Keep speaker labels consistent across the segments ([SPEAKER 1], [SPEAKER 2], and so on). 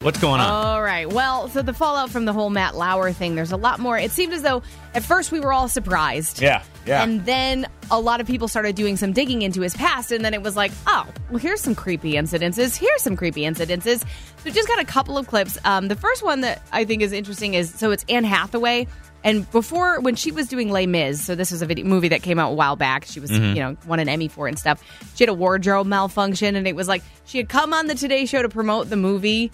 [SPEAKER 1] What's going on?
[SPEAKER 2] All right. Well, so the fallout from the whole Matt Lauer thing, there's a lot more. It seemed as though at first we were all surprised.
[SPEAKER 1] Yeah, yeah.
[SPEAKER 2] And then a lot of people started doing some digging into his past, and then it was like, oh, well, here's some creepy incidences. Here's some creepy incidences. So just got a couple of clips. Um, the first one that I think is interesting is so it's Anne Hathaway. And before, when she was doing Les Mis, so this was a video, movie that came out a while back. She was, you know, won an Emmy for it and stuff. She had a wardrobe malfunction, and it was like she had come on the Today Show to promote the movie,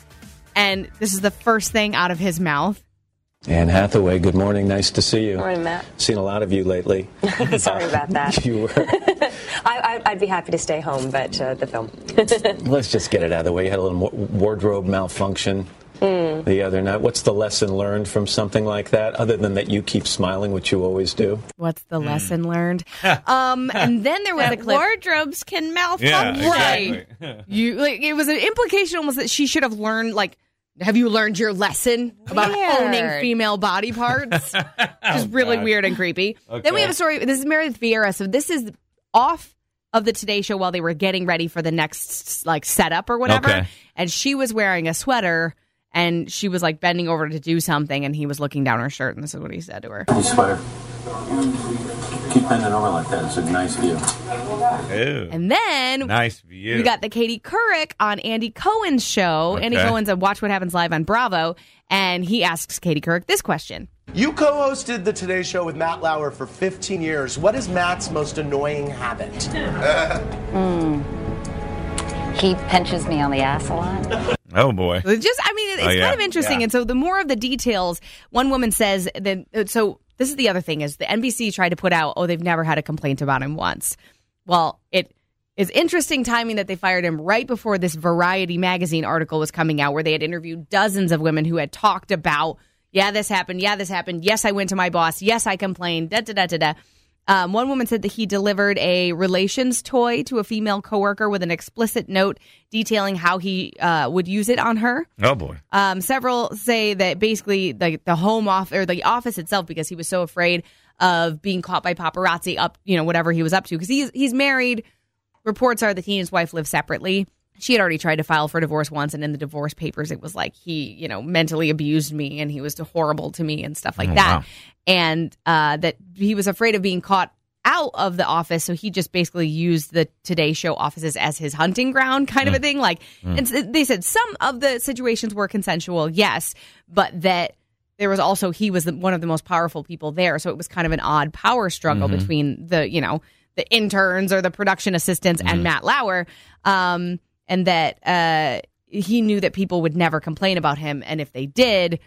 [SPEAKER 2] and this is the first thing out of his mouth.
[SPEAKER 3] Anne Hathaway, good morning. Nice to see you.
[SPEAKER 4] Morning, Matt.
[SPEAKER 3] Seen a lot of you lately.
[SPEAKER 4] Sorry about that.
[SPEAKER 3] You were.
[SPEAKER 4] I, I, I'd be happy to stay home, but uh, the film.
[SPEAKER 3] Let's just get it out of the way. You had a little wa- wardrobe malfunction
[SPEAKER 4] Hmm.
[SPEAKER 3] the other night. What's the lesson learned from something like that, other than that you keep smiling, which you always do?
[SPEAKER 2] What's
[SPEAKER 1] Hmm.
[SPEAKER 2] the lesson learned? um, and then there was a clip.
[SPEAKER 5] Wardrobes can malfunction.
[SPEAKER 1] Yeah,
[SPEAKER 2] right.
[SPEAKER 1] exactly.
[SPEAKER 2] You like it was an implication almost that she should have learned like have you learned your lesson about
[SPEAKER 5] Weird.
[SPEAKER 2] owning female body parts? Which is
[SPEAKER 1] Oh,
[SPEAKER 2] really
[SPEAKER 1] God.
[SPEAKER 2] weird and creepy. Then we
[SPEAKER 1] Okay.
[SPEAKER 2] have a story. This is Meredith Vieira. So this is off of the Today Show while they were getting ready for the next like setup or whatever.
[SPEAKER 1] Okay.
[SPEAKER 2] And she was wearing a sweater and she was like bending over to do something and he was looking down her shirt and this is what he said to her.
[SPEAKER 6] Hey, sweater. Keep bending over like that. It's a nice view.
[SPEAKER 1] Ew.
[SPEAKER 2] And then
[SPEAKER 1] nice view.
[SPEAKER 2] We got the Katie Couric on Andy Cohen's show. Andy
[SPEAKER 1] Okay.
[SPEAKER 2] Cohen's on Watch What Happens Live on Bravo, and he asks Katie Couric this question.
[SPEAKER 7] You co hosted The Today Show with Matt Lauer for 15 years. What is Matt's most annoying habit?
[SPEAKER 8] He pinches me on the ass a lot.
[SPEAKER 1] oh boy.
[SPEAKER 2] It Just, I mean, it- it's
[SPEAKER 1] Oh, yeah.
[SPEAKER 2] kind of interesting.
[SPEAKER 1] Yeah.
[SPEAKER 2] And so the more of the details, one woman says that. uh, So this is the other thing is the NBC tried to put out, oh, they've never had a complaint about him once. Well, it is interesting timing that they fired him right before this Variety magazine article was coming out, where they had interviewed dozens of women who had talked about, yeah, this happened, yeah, this happened, yes, I went to my boss, yes, I complained, da da da da da. Um, one woman said that he delivered a relations toy to a female coworker with an explicit note detailing how he uh, would use it on her.
[SPEAKER 1] Oh boy.
[SPEAKER 2] Um, several say that basically the the home off or the office itself because he was so afraid of being caught by paparazzi up you know whatever he was up to because he's he's married. Reports are that he and his wife live separately. She had already tried to file for divorce once, and in the divorce papers, it was like he you know mentally abused me and he was horrible to me and stuff like
[SPEAKER 1] Oh,
[SPEAKER 2] that,
[SPEAKER 1] wow.
[SPEAKER 2] and uh, that he was afraid of being caught out of the office so he just basically used the today show offices as his hunting ground kind
[SPEAKER 1] Mm.
[SPEAKER 2] of a thing like and s- they said some of the situations were consensual yes but that there was also he was the, one of the most powerful people there so it was kind of an odd power struggle
[SPEAKER 1] Mm-hmm.
[SPEAKER 2] between the you know the interns or the production assistants
[SPEAKER 1] Mm-hmm.
[SPEAKER 2] and matt lauer um, and that uh, he knew that people would never complain about him and if they did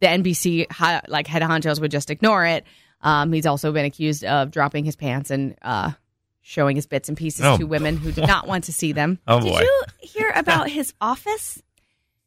[SPEAKER 2] the NBC hi- like head honchos would just ignore it. Um, he's also been accused of dropping his pants and uh, showing his bits and pieces
[SPEAKER 1] Oh.
[SPEAKER 2] to women who did not want to see them.
[SPEAKER 1] Oh
[SPEAKER 5] Did
[SPEAKER 1] boy.
[SPEAKER 5] you hear about his office?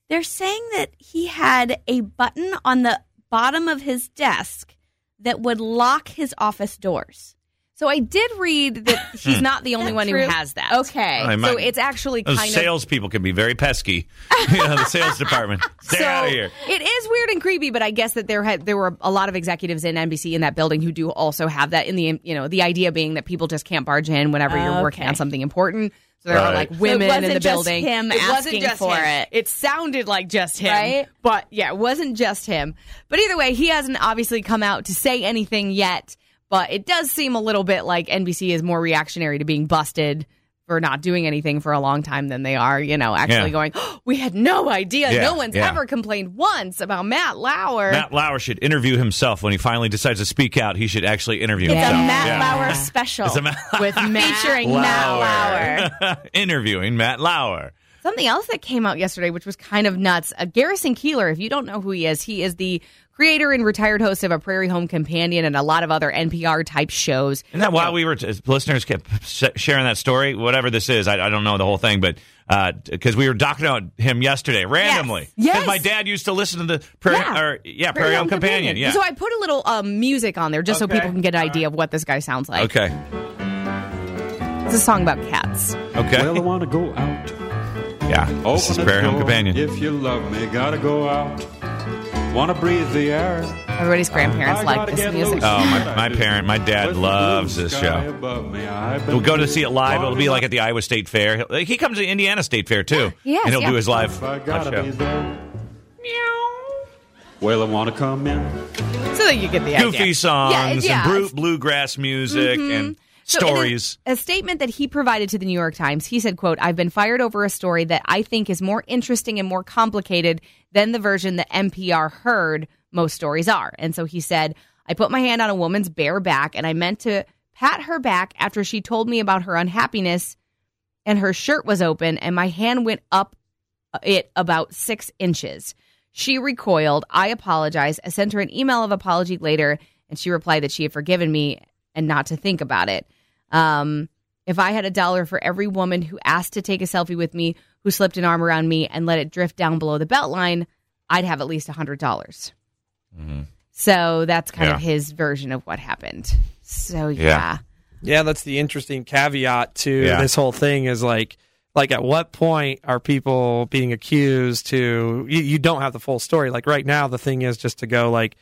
[SPEAKER 5] They're saying that he had a button on the bottom of his desk that would lock his office doors.
[SPEAKER 2] So I did read that he's not the only
[SPEAKER 5] that
[SPEAKER 2] one who
[SPEAKER 5] true?
[SPEAKER 2] has that.
[SPEAKER 5] Okay.
[SPEAKER 1] Hmm. I might-
[SPEAKER 2] so it's actually
[SPEAKER 1] Those
[SPEAKER 2] kind of.
[SPEAKER 1] salespeople can be very pesky. you know, the sales department. Stay
[SPEAKER 2] so
[SPEAKER 1] out of here.
[SPEAKER 2] it is weird and creepy, but I guess that there had there were a lot of executives in NBC in that building who do also have that. In the you know the idea being that people just can't barge in whenever you're working
[SPEAKER 5] Okay.
[SPEAKER 2] on something important. So there are
[SPEAKER 1] Right.
[SPEAKER 2] like women in
[SPEAKER 5] wasn't
[SPEAKER 2] the
[SPEAKER 5] just
[SPEAKER 2] building.
[SPEAKER 5] him
[SPEAKER 2] it wasn't
[SPEAKER 5] asking
[SPEAKER 2] just
[SPEAKER 5] for
[SPEAKER 2] him.
[SPEAKER 5] it.
[SPEAKER 2] It sounded like just him,
[SPEAKER 5] Right?
[SPEAKER 2] but yeah, it wasn't just him. But either way, he hasn't obviously come out to say anything yet. But it does seem a little bit like NBC is more reactionary to being busted for not doing anything for a long time than they are, you know, actually
[SPEAKER 1] Yeah.
[SPEAKER 2] going, "Oh, we had no idea.
[SPEAKER 1] Yeah,
[SPEAKER 2] no one's
[SPEAKER 1] yeah.
[SPEAKER 2] ever complained once about Matt Lauer.
[SPEAKER 1] Matt Lauer should interview himself when he finally decides to speak out. He should actually interview
[SPEAKER 5] It's
[SPEAKER 1] himself.
[SPEAKER 5] a Matt
[SPEAKER 1] Yeah.
[SPEAKER 5] Lauer special
[SPEAKER 1] It's a Matt
[SPEAKER 2] with Matt
[SPEAKER 5] featuring Matt Lauer.
[SPEAKER 1] Interviewing Matt Lauer.
[SPEAKER 2] Something else that came out yesterday, which was kind of nuts. Uh, Garrison Keeler, if you don't know who he is, he is the creator and retired host of A Prairie Home Companion and a lot of other NPR type shows.
[SPEAKER 1] Isn't that why we were t- listeners kept sh- sharing that story? Whatever this is, I, I don't know the whole thing, but because we were talking about him yesterday randomly,
[SPEAKER 2] Yes.
[SPEAKER 1] my dad used to listen to the prairie,
[SPEAKER 2] Yeah.
[SPEAKER 1] or yeah, prairie, Home Companion, yeah.
[SPEAKER 2] So I put a little um, music on there just so
[SPEAKER 1] Okay.
[SPEAKER 2] people can get an idea of what this guy sounds like.
[SPEAKER 1] okay,
[SPEAKER 2] It's a song about cats.
[SPEAKER 1] okay,
[SPEAKER 9] Well, I want to go out.
[SPEAKER 1] yeah. This is
[SPEAKER 2] Oh,
[SPEAKER 9] Open the
[SPEAKER 1] Prairie Home
[SPEAKER 9] door.
[SPEAKER 1] Companion.
[SPEAKER 9] If you love me, gotta go out. want to breathe the air.
[SPEAKER 2] Everybody's grandparents like this music.
[SPEAKER 1] Oh, my- my parent- my dad loves this show. We'll go to see it live. It'll be like at the Iowa State Fair. He'll- He comes to Indiana State Fair too,
[SPEAKER 2] Yes,
[SPEAKER 1] and he'll
[SPEAKER 2] yeah. Oh,
[SPEAKER 1] do his live
[SPEAKER 9] If I
[SPEAKER 1] live
[SPEAKER 9] gotta be
[SPEAKER 1] show.
[SPEAKER 9] there. Well, I want to come in.
[SPEAKER 1] Uh,
[SPEAKER 2] so that you get the
[SPEAKER 1] Goofy
[SPEAKER 2] idea.
[SPEAKER 1] songs
[SPEAKER 2] Yeah, yeah. Mm-hmm.
[SPEAKER 1] and bru- bluegrass music and
[SPEAKER 2] So in a-
[SPEAKER 1] stories.
[SPEAKER 2] a, statement that he provided to the New York Times, he said, quote, I've been fired over a story that I think is more interesting and more complicated than the version that NPR heard most stories are. And so he said, I put my hand on a woman's bare back and I meant to pat her back after she told me about her unhappiness and her shirt was open and my hand went up it about six inches. She recoiled. I apologized. I sent her an email of apology later, and she replied that she had forgiven me and not to think about it. Um, if I had a dollar for every woman who asked to take a selfie with me, who slipped an arm around me and let it drift down below the belt line, I'd have at least a hundred dollars. So that's kind of
[SPEAKER 1] Mm-hmm. Yeah.
[SPEAKER 2] his version of what happened. So yeah,
[SPEAKER 10] Yeah, that's the interesting caveat to
[SPEAKER 1] Yeah.
[SPEAKER 10] this whole thing is like like at what point are people being accused to you, you don't have the full story. Like right now the thing is just to go like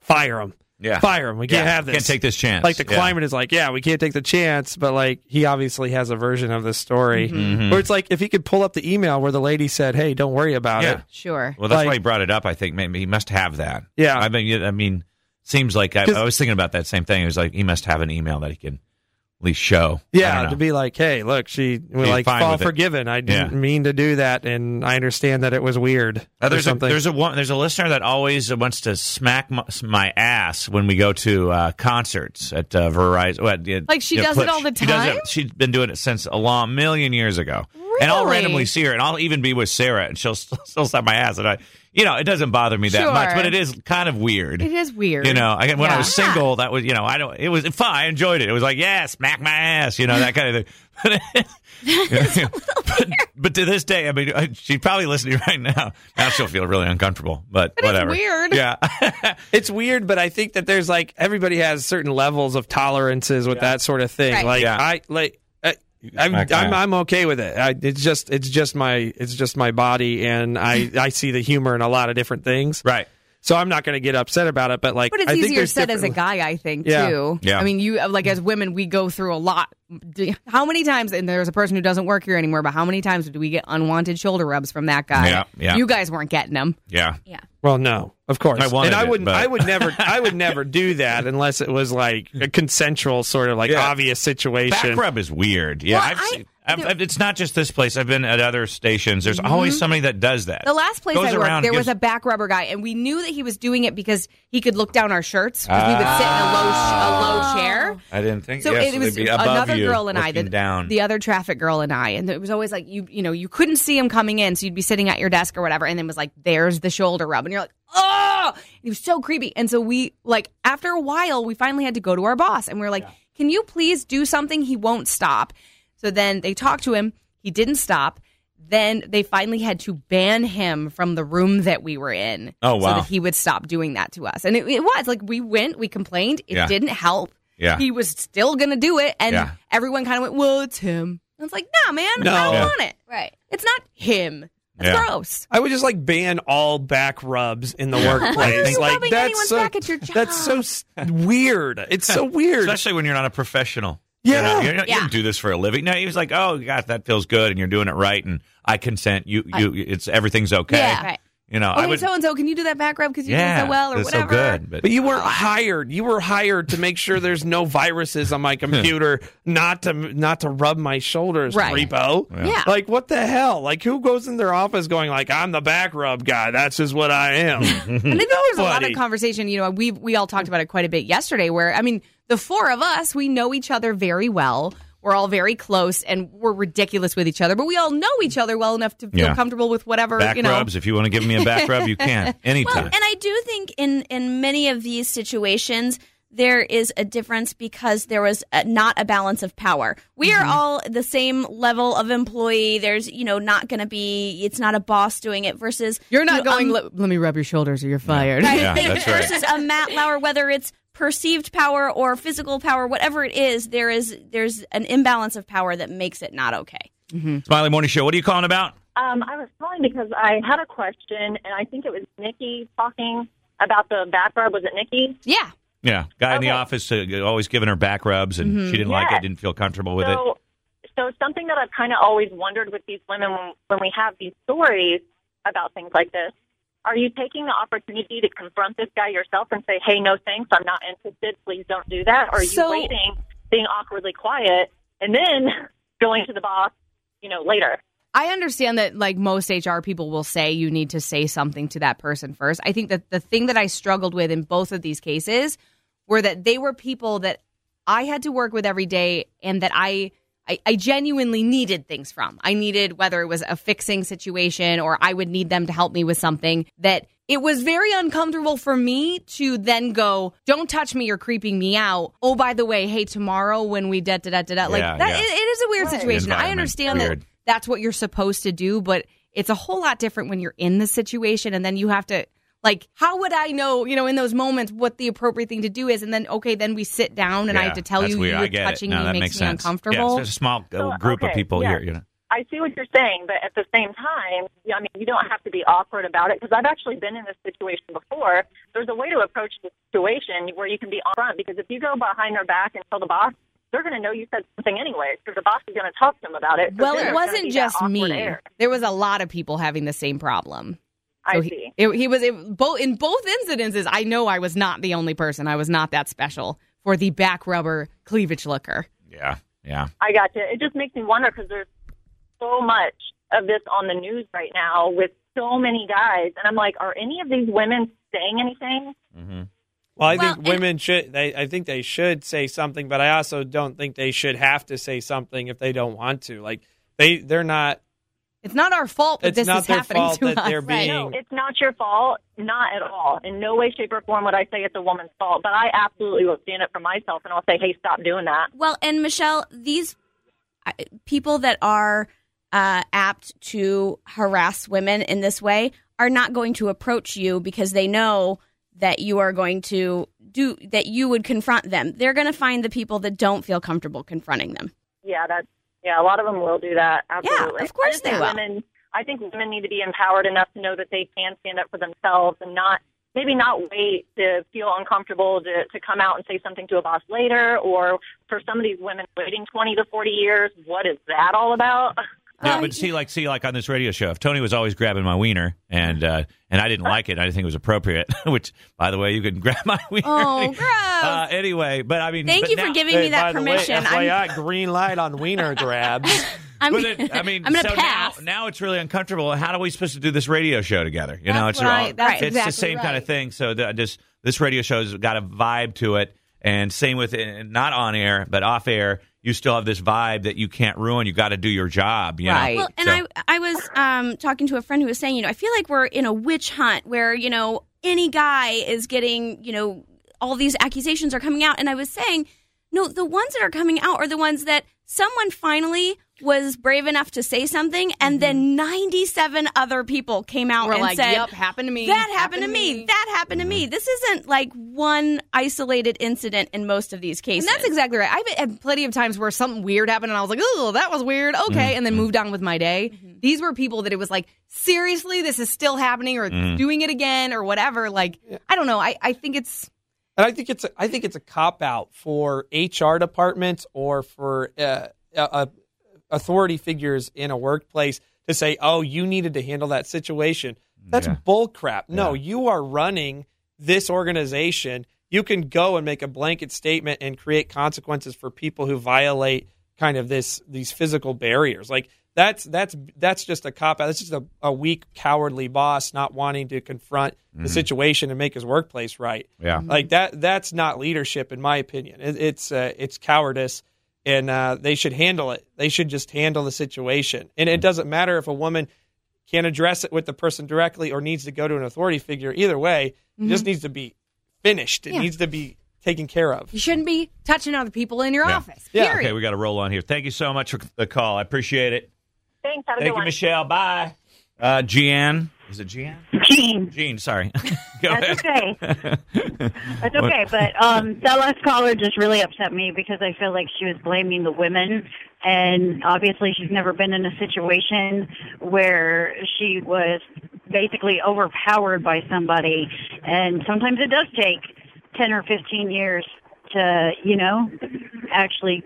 [SPEAKER 10] fire him.
[SPEAKER 1] Yeah.
[SPEAKER 10] Fire him. We can't
[SPEAKER 1] Yeah,
[SPEAKER 10] have this.
[SPEAKER 1] can't take this chance.
[SPEAKER 10] Like the
[SPEAKER 1] Yeah.
[SPEAKER 10] climate is like, yeah, we can't take the chance, but like he obviously has a version of this story. Mm-hmm. Where it's like if he could pull up the email where the lady said, "Hey, don't worry about
[SPEAKER 1] Yeah.
[SPEAKER 10] it."
[SPEAKER 2] sure.
[SPEAKER 1] Well, that's
[SPEAKER 10] Like-
[SPEAKER 1] why he brought it up. I think maybe he must have that.
[SPEAKER 10] Yeah.
[SPEAKER 1] I mean, yeah, I mean, seems like I,
[SPEAKER 10] 'Cause-
[SPEAKER 1] I was thinking about that same thing. It was like he must have an email that he can at least show. I don't
[SPEAKER 10] Yeah,
[SPEAKER 1] know.
[SPEAKER 10] to be like, "Hey, look, she we
[SPEAKER 1] Be
[SPEAKER 10] like
[SPEAKER 1] fine
[SPEAKER 10] fall
[SPEAKER 1] with it.
[SPEAKER 10] forgiven. I didn't
[SPEAKER 1] Yeah.
[SPEAKER 10] mean to do that and I understand that it was weird."
[SPEAKER 1] Uh,
[SPEAKER 10] or
[SPEAKER 1] there's a
[SPEAKER 10] something.
[SPEAKER 1] there's a one, there's a listener that always wants to smack my, my ass when we go to uh, concerts at uh, Verizon. Well, at, uh,
[SPEAKER 2] Like she
[SPEAKER 1] you know,
[SPEAKER 2] does
[SPEAKER 1] Klipsch.
[SPEAKER 2] it all the
[SPEAKER 1] She does it-
[SPEAKER 2] time?
[SPEAKER 1] she's been doing it since a long million years ago. And I'll
[SPEAKER 2] Really?
[SPEAKER 1] randomly see her, and I'll even be with Sarah, and she'll still slap my ass. And I, you know, it doesn't bother me that
[SPEAKER 2] Sure.
[SPEAKER 1] much, but it is kind of weird.
[SPEAKER 2] It is weird.
[SPEAKER 1] You know, I, when I
[SPEAKER 2] Yeah.
[SPEAKER 1] was single, that was you know, I don't. It was fun. I enjoyed it. It was like, yeah, smack my ass. You know, that kind of thing. but, but to this day, I mean, I- she's probably listening right now. Now she'll feel really uncomfortable. But,
[SPEAKER 2] it's
[SPEAKER 1] whatever.
[SPEAKER 2] weird.
[SPEAKER 1] Yeah.
[SPEAKER 10] It's weird, but I think that there's like everybody has certain levels of tolerances with that sort of thing.
[SPEAKER 2] Right.
[SPEAKER 10] Like
[SPEAKER 1] Yeah.
[SPEAKER 10] I like. I, I'm,
[SPEAKER 1] smack
[SPEAKER 10] I'm
[SPEAKER 1] my ass.
[SPEAKER 10] I'm okay with it. I, it's just it's just my it's just my body, and I I see the humor in a lot of different things.
[SPEAKER 1] right.
[SPEAKER 10] So I'm not going to get upset about it. But like,
[SPEAKER 2] But it's
[SPEAKER 10] I think
[SPEAKER 2] easier
[SPEAKER 10] there's
[SPEAKER 2] said as a
[SPEAKER 10] different-
[SPEAKER 2] guy, I think,
[SPEAKER 10] Yeah.
[SPEAKER 2] too.
[SPEAKER 1] Yeah.
[SPEAKER 2] I mean, you like as women, we go through a lot. Do- How many times? And there's a person who doesn't work here anymore, but how many times do we get unwanted shoulder rubs from that guy?
[SPEAKER 1] Yeah, yeah.
[SPEAKER 2] You guys weren't getting them.
[SPEAKER 1] Yeah.
[SPEAKER 10] Well, no, of course.
[SPEAKER 1] I wanted
[SPEAKER 10] and I
[SPEAKER 1] it,
[SPEAKER 10] wouldn't.
[SPEAKER 1] but-
[SPEAKER 10] I would never. I would never do that unless it was like a consensual sort of like
[SPEAKER 1] Yeah.
[SPEAKER 10] obvious
[SPEAKER 1] Back
[SPEAKER 10] situation.
[SPEAKER 1] rub is weird. Yeah.
[SPEAKER 2] Well,
[SPEAKER 1] I've
[SPEAKER 2] I-
[SPEAKER 1] seen, I've, I've- it's not just this place. I've been at other stations. There's always somebody that does that.
[SPEAKER 2] Mm-hmm. The last place
[SPEAKER 1] Goes
[SPEAKER 2] I worked,
[SPEAKER 1] around,
[SPEAKER 2] there
[SPEAKER 1] gives-
[SPEAKER 2] was a back rubber guy, and we knew that he was doing it because he could look down our shirts because we would sit in a low,
[SPEAKER 10] Ah.
[SPEAKER 2] sh- a low chair.
[SPEAKER 1] I didn't think
[SPEAKER 2] So
[SPEAKER 1] yeah,
[SPEAKER 2] it
[SPEAKER 1] they'd
[SPEAKER 2] was
[SPEAKER 1] be above
[SPEAKER 2] another
[SPEAKER 1] you,
[SPEAKER 2] girl and I, the,
[SPEAKER 1] looking down.
[SPEAKER 2] the other traffic girl and I, and it was always like you, you know, you couldn't see him coming in, so you'd be sitting at your desk or whatever, and then it was like, "There's the shoulder rub," and you're like, "Oh!" And he was so creepy, and so we like after a while, we finally had to go to our boss, and we were like, "Can you please do something?" He won't stop. So then they talked to him. He didn't stop. Then they finally had to ban him from the room that we were in.
[SPEAKER 1] Oh,
[SPEAKER 2] So
[SPEAKER 1] wow.
[SPEAKER 2] that he would stop doing that to us, and it, it was like we went, we complained, it
[SPEAKER 1] Yeah.
[SPEAKER 2] didn't help.
[SPEAKER 1] Yeah.
[SPEAKER 2] He was still gonna do it, and
[SPEAKER 1] Yeah.
[SPEAKER 2] everyone kind of went, "Well, it's him." And it's like, "Nah, man,
[SPEAKER 10] No.
[SPEAKER 2] I don't
[SPEAKER 10] Yeah.
[SPEAKER 2] want it.
[SPEAKER 5] Right.
[SPEAKER 2] It's not him. That's
[SPEAKER 1] Yeah.
[SPEAKER 2] gross."
[SPEAKER 10] I would just like ban all back rubs in the workplace.
[SPEAKER 2] you
[SPEAKER 10] like
[SPEAKER 2] rubbing anyone's
[SPEAKER 10] that's so,
[SPEAKER 2] back at your
[SPEAKER 10] that's so
[SPEAKER 2] job?
[SPEAKER 10] s- weird. It's so weird.
[SPEAKER 1] Especially when you're not a professional.
[SPEAKER 10] Yeah.
[SPEAKER 1] You, know, you're not- you
[SPEAKER 2] Yeah.
[SPEAKER 1] don't do this for a living. No, he was like, oh, God, that feels good, and you're doing it right, and I consent. You, you, it's everything's okay.
[SPEAKER 2] Yeah. Right.
[SPEAKER 1] You know, I
[SPEAKER 2] Oh, hey,
[SPEAKER 1] would.
[SPEAKER 2] so and so, can you do that back rub because you
[SPEAKER 1] yeah,
[SPEAKER 2] did so well or
[SPEAKER 1] it's so
[SPEAKER 2] whatever?
[SPEAKER 1] good. But,
[SPEAKER 10] But you weren't hired. You were hired to make sure there's no viruses on my computer, not to not to rub my shoulders,
[SPEAKER 2] Right.
[SPEAKER 10] creepo.
[SPEAKER 2] Yeah.
[SPEAKER 10] Like what the hell? Like who goes in their office going like I'm the back rub guy. That's just what I am.
[SPEAKER 2] And I think there's a lot of
[SPEAKER 10] Nobody.
[SPEAKER 2] conversation. You know, we we all talked about it quite a bit yesterday. Where I mean, the four of us, we know each other very well. We're all very close, and we're ridiculous with each other. But we all know each other well enough to feel
[SPEAKER 1] Yeah.
[SPEAKER 2] comfortable with whatever
[SPEAKER 1] back
[SPEAKER 2] you know.
[SPEAKER 1] rubs, if you want to give me a back rub, you can.
[SPEAKER 5] Well,
[SPEAKER 1] Anytime.
[SPEAKER 5] and I do think in in many of these situations there is a difference because there was a, not a balance of power. We
[SPEAKER 1] Mm-hmm.
[SPEAKER 5] are all the same level of employee. There's you know not going to be it's not a boss doing it versus
[SPEAKER 2] You're not
[SPEAKER 5] you know,
[SPEAKER 2] going.
[SPEAKER 5] um,
[SPEAKER 2] let, let me rub your shoulders, or you're fired.
[SPEAKER 5] Right.
[SPEAKER 1] Yeah,
[SPEAKER 5] They-
[SPEAKER 1] that's right.
[SPEAKER 5] versus a Matt Lauer, whether it's perceived power or physical power, whatever it is, there is there's an imbalance of power that makes it not okay.
[SPEAKER 1] Smiley Morning Show, what are you calling about?
[SPEAKER 11] Um, I was calling because I had a question, and I think it was Nikki talking about the back rub. Was it Nikki?
[SPEAKER 2] Yeah.
[SPEAKER 1] Yeah, guy in the
[SPEAKER 11] Okay.
[SPEAKER 2] Oh.
[SPEAKER 1] office uh, always giving her back rubs, and
[SPEAKER 2] Mm-hmm.
[SPEAKER 1] she didn't like
[SPEAKER 11] Yeah.
[SPEAKER 1] it, didn't feel comfortable with it.
[SPEAKER 11] so, so something that I've kind of always wondered with these women when, when we have these stories about things like this, are you taking the opportunity to confront this guy yourself and say, "Hey, no thanks, I'm not interested. Please don't do that," or are you
[SPEAKER 2] So-
[SPEAKER 11] waiting, being awkwardly quiet, and then going to the boss, you know, later?
[SPEAKER 2] I understand that like most HR people will say you need to say something to that person first. I think that the thing that I struggled with in both of these cases were that they were people that I had to work with every day and that I I, I genuinely needed things from. I needed whether it was a fixing situation or I would need them to help me with something that it was very uncomfortable for me to then go, don't touch me, you're creeping me out. Oh, by the way, hey, tomorrow when we da da da da da. Like,
[SPEAKER 1] Yeah,
[SPEAKER 2] that,
[SPEAKER 1] yeah.
[SPEAKER 2] It, it is a weird situation. I
[SPEAKER 1] Environment.
[SPEAKER 2] understand
[SPEAKER 1] Weird.
[SPEAKER 2] that that's what you're supposed to do, but it's a whole lot different when you're in the situation and then you have to like how would I know, you know, in those moments what the appropriate thing to do is and then okay, then we sit down and I
[SPEAKER 1] Yeah,
[SPEAKER 2] have to tell
[SPEAKER 1] that's
[SPEAKER 2] you
[SPEAKER 1] weird. I
[SPEAKER 2] you're
[SPEAKER 1] get it.
[SPEAKER 2] touching
[SPEAKER 1] No,
[SPEAKER 2] me
[SPEAKER 1] that
[SPEAKER 2] makes
[SPEAKER 1] makes
[SPEAKER 2] me
[SPEAKER 1] sense.
[SPEAKER 2] uncomfortable.
[SPEAKER 1] Yeah, there's a small uh,
[SPEAKER 11] So,
[SPEAKER 1] group of
[SPEAKER 11] okay,
[SPEAKER 1] people
[SPEAKER 11] yeah.
[SPEAKER 1] here. You know,
[SPEAKER 11] I see what you're saying, but at the same time, yeah, I mean, you don't have to be awkward about it because I've actually been in this situation before. There's a way to approach the situation where you can be on front because if you go behind their back and tell the boss, they're going to know you said something anyway because the boss is going to talk to them about it. So
[SPEAKER 2] Well,
[SPEAKER 11] there's
[SPEAKER 2] it
[SPEAKER 11] gonna
[SPEAKER 2] wasn't
[SPEAKER 11] be that
[SPEAKER 2] just
[SPEAKER 11] awkward
[SPEAKER 2] me.
[SPEAKER 11] air.
[SPEAKER 2] There was a lot of people having the same problem.
[SPEAKER 11] I
[SPEAKER 2] So
[SPEAKER 11] see.
[SPEAKER 2] he, it, he was it, both in both incidences. I know I was not the only person. I was not that special for the back rubber cleavage looker.
[SPEAKER 1] yeah, yeah.
[SPEAKER 11] I gotcha. It just makes me wonder because there's so much of this on the news right now with so many guys, and I'm like, are any of these women saying anything?
[SPEAKER 10] Well, I
[SPEAKER 5] Well,
[SPEAKER 10] think
[SPEAKER 5] and-
[SPEAKER 10] women should. They, I think they should say something, but I also don't think they should have to say something if they don't want to. Like they, they're not.
[SPEAKER 2] It's not our fault that
[SPEAKER 10] It's
[SPEAKER 2] this
[SPEAKER 10] not
[SPEAKER 2] is
[SPEAKER 10] their
[SPEAKER 2] happening
[SPEAKER 10] fault
[SPEAKER 2] to
[SPEAKER 10] that
[SPEAKER 2] us.
[SPEAKER 10] they're being.
[SPEAKER 11] No, it's not your fault, not at all. In no way, shape, or form would I say it's a woman's fault, but I absolutely will stand up for myself and I'll say, hey, stop doing that.
[SPEAKER 5] Well, and Michelle, these uh, people that are uh, apt to harass women in this way are not going to approach you because they know that you are going to do that you would confront them. They're going to find the people that don't feel comfortable confronting them.
[SPEAKER 11] Yeah, that's yeah. A lot of them will do that. Absolutely.
[SPEAKER 5] of course
[SPEAKER 11] I just think
[SPEAKER 5] they will.
[SPEAKER 11] Women, I think women need to be empowered enough to know that they can stand up for themselves and not maybe not wait to feel uncomfortable to, to come out and say something to a boss later. Or for some of these women, waiting twenty to forty years, what is that all about?
[SPEAKER 5] Uh,
[SPEAKER 1] Yeah, but see, like, see, like on this radio show, if Tony was always grabbing my wiener, and uh, and I didn't like it, I didn't think it was appropriate. Which, by the way, you can grab my wiener.
[SPEAKER 5] Oh, gross.
[SPEAKER 1] Uh, anyway, but I mean,
[SPEAKER 5] Thank
[SPEAKER 1] but
[SPEAKER 5] you for
[SPEAKER 1] now-
[SPEAKER 5] giving me
[SPEAKER 10] Hey,
[SPEAKER 5] that
[SPEAKER 10] by the way,
[SPEAKER 5] permission. I'm,
[SPEAKER 10] FYI, green light on wiener grabs.
[SPEAKER 5] I'm,
[SPEAKER 1] But it, I mean,
[SPEAKER 5] I'm going to
[SPEAKER 1] so
[SPEAKER 5] pass.
[SPEAKER 1] Now, now it's really uncomfortable. How are we supposed to do this radio show together? You know,
[SPEAKER 2] That's
[SPEAKER 1] it's
[SPEAKER 2] right.
[SPEAKER 1] all-
[SPEAKER 2] That's
[SPEAKER 1] it's
[SPEAKER 2] exactly
[SPEAKER 1] the same kind
[SPEAKER 2] right.
[SPEAKER 1] of thing. So the, just this radio show's got a vibe to it, and same with uh, not on air but off air. You still have this vibe that you can't ruin. You got to do your job. You
[SPEAKER 2] Right.
[SPEAKER 1] Know?
[SPEAKER 5] Well, and
[SPEAKER 1] So-
[SPEAKER 5] I I was um, talking to a friend who was saying, you know, I feel like we're in a witch hunt where you know any guy is getting, you know, all these accusations are coming out, and I was saying, no, the ones that are coming out are the ones that someone finally was brave enough to say something, and then ninety seven other people came out
[SPEAKER 2] Mm-hmm. We're
[SPEAKER 5] and
[SPEAKER 2] like,
[SPEAKER 5] said,
[SPEAKER 2] "Yep, happened to me.
[SPEAKER 5] That happened, to me. That happened to me. This isn't like one isolated incident in most of these cases.
[SPEAKER 2] And that's exactly right. I've had plenty of times where something weird happened and I was like, oh, that was weird.
[SPEAKER 1] Mm-hmm.
[SPEAKER 2] Okay. And then moved on with my day. These were people that it was like, seriously, this is still happening or
[SPEAKER 1] Mm-hmm.
[SPEAKER 2] doing it again or whatever. Like, I don't know. I, I think it's,
[SPEAKER 10] And I think it's a, I think it's a cop out for HR departments or for uh, uh, authority figures in a workplace to say, "Oh, you needed to handle that situation." That's
[SPEAKER 1] Yeah.
[SPEAKER 10] bull crap. No, you are running this organization. You can go and make a blanket statement and create consequences for people who violate kind of this these physical barriers. Like that's that's that's just a cop out. That's just a, a weak, cowardly boss not wanting to confront
[SPEAKER 1] Mm-hmm.
[SPEAKER 10] the situation and make his workplace right.
[SPEAKER 1] yeah.
[SPEAKER 10] Like that that's not leadership in my opinion. It, it's uh, it's cowardice and uh, they should handle it. They should just handle the situation. And it doesn't matter if a woman can't address it with the person directly or needs to go to an authority figure. Either way, it just needs to be finished. It
[SPEAKER 2] Yeah.
[SPEAKER 10] needs to be taken care of.
[SPEAKER 2] you shouldn't be touching other people in your
[SPEAKER 1] Yeah.
[SPEAKER 2] office.
[SPEAKER 10] Yeah,
[SPEAKER 2] Period.
[SPEAKER 1] Okay, we got to roll on here. Thank you so much for the call. I appreciate it.
[SPEAKER 11] Thanks. Have a good
[SPEAKER 1] Thank you,
[SPEAKER 11] one.
[SPEAKER 1] Michelle. Bye. Uh, Jeanne. Is it Jeanne?
[SPEAKER 12] Gene.
[SPEAKER 1] Jean, sorry. Go
[SPEAKER 12] That's okay.
[SPEAKER 1] ahead.
[SPEAKER 12] That's okay. But um, that last caller just really upset me because I feel like she was blaming the women. And obviously, she's never been in a situation where she was basically overpowered by somebody. And sometimes it does take 10 or 15 years to, you know, actually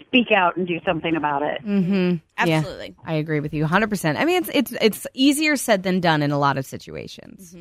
[SPEAKER 12] speak out and do something about it.
[SPEAKER 2] Mm-hmm.
[SPEAKER 5] Absolutely.
[SPEAKER 2] I agree with you 100%. I mean, it's it's it's easier said than done in a lot of situations.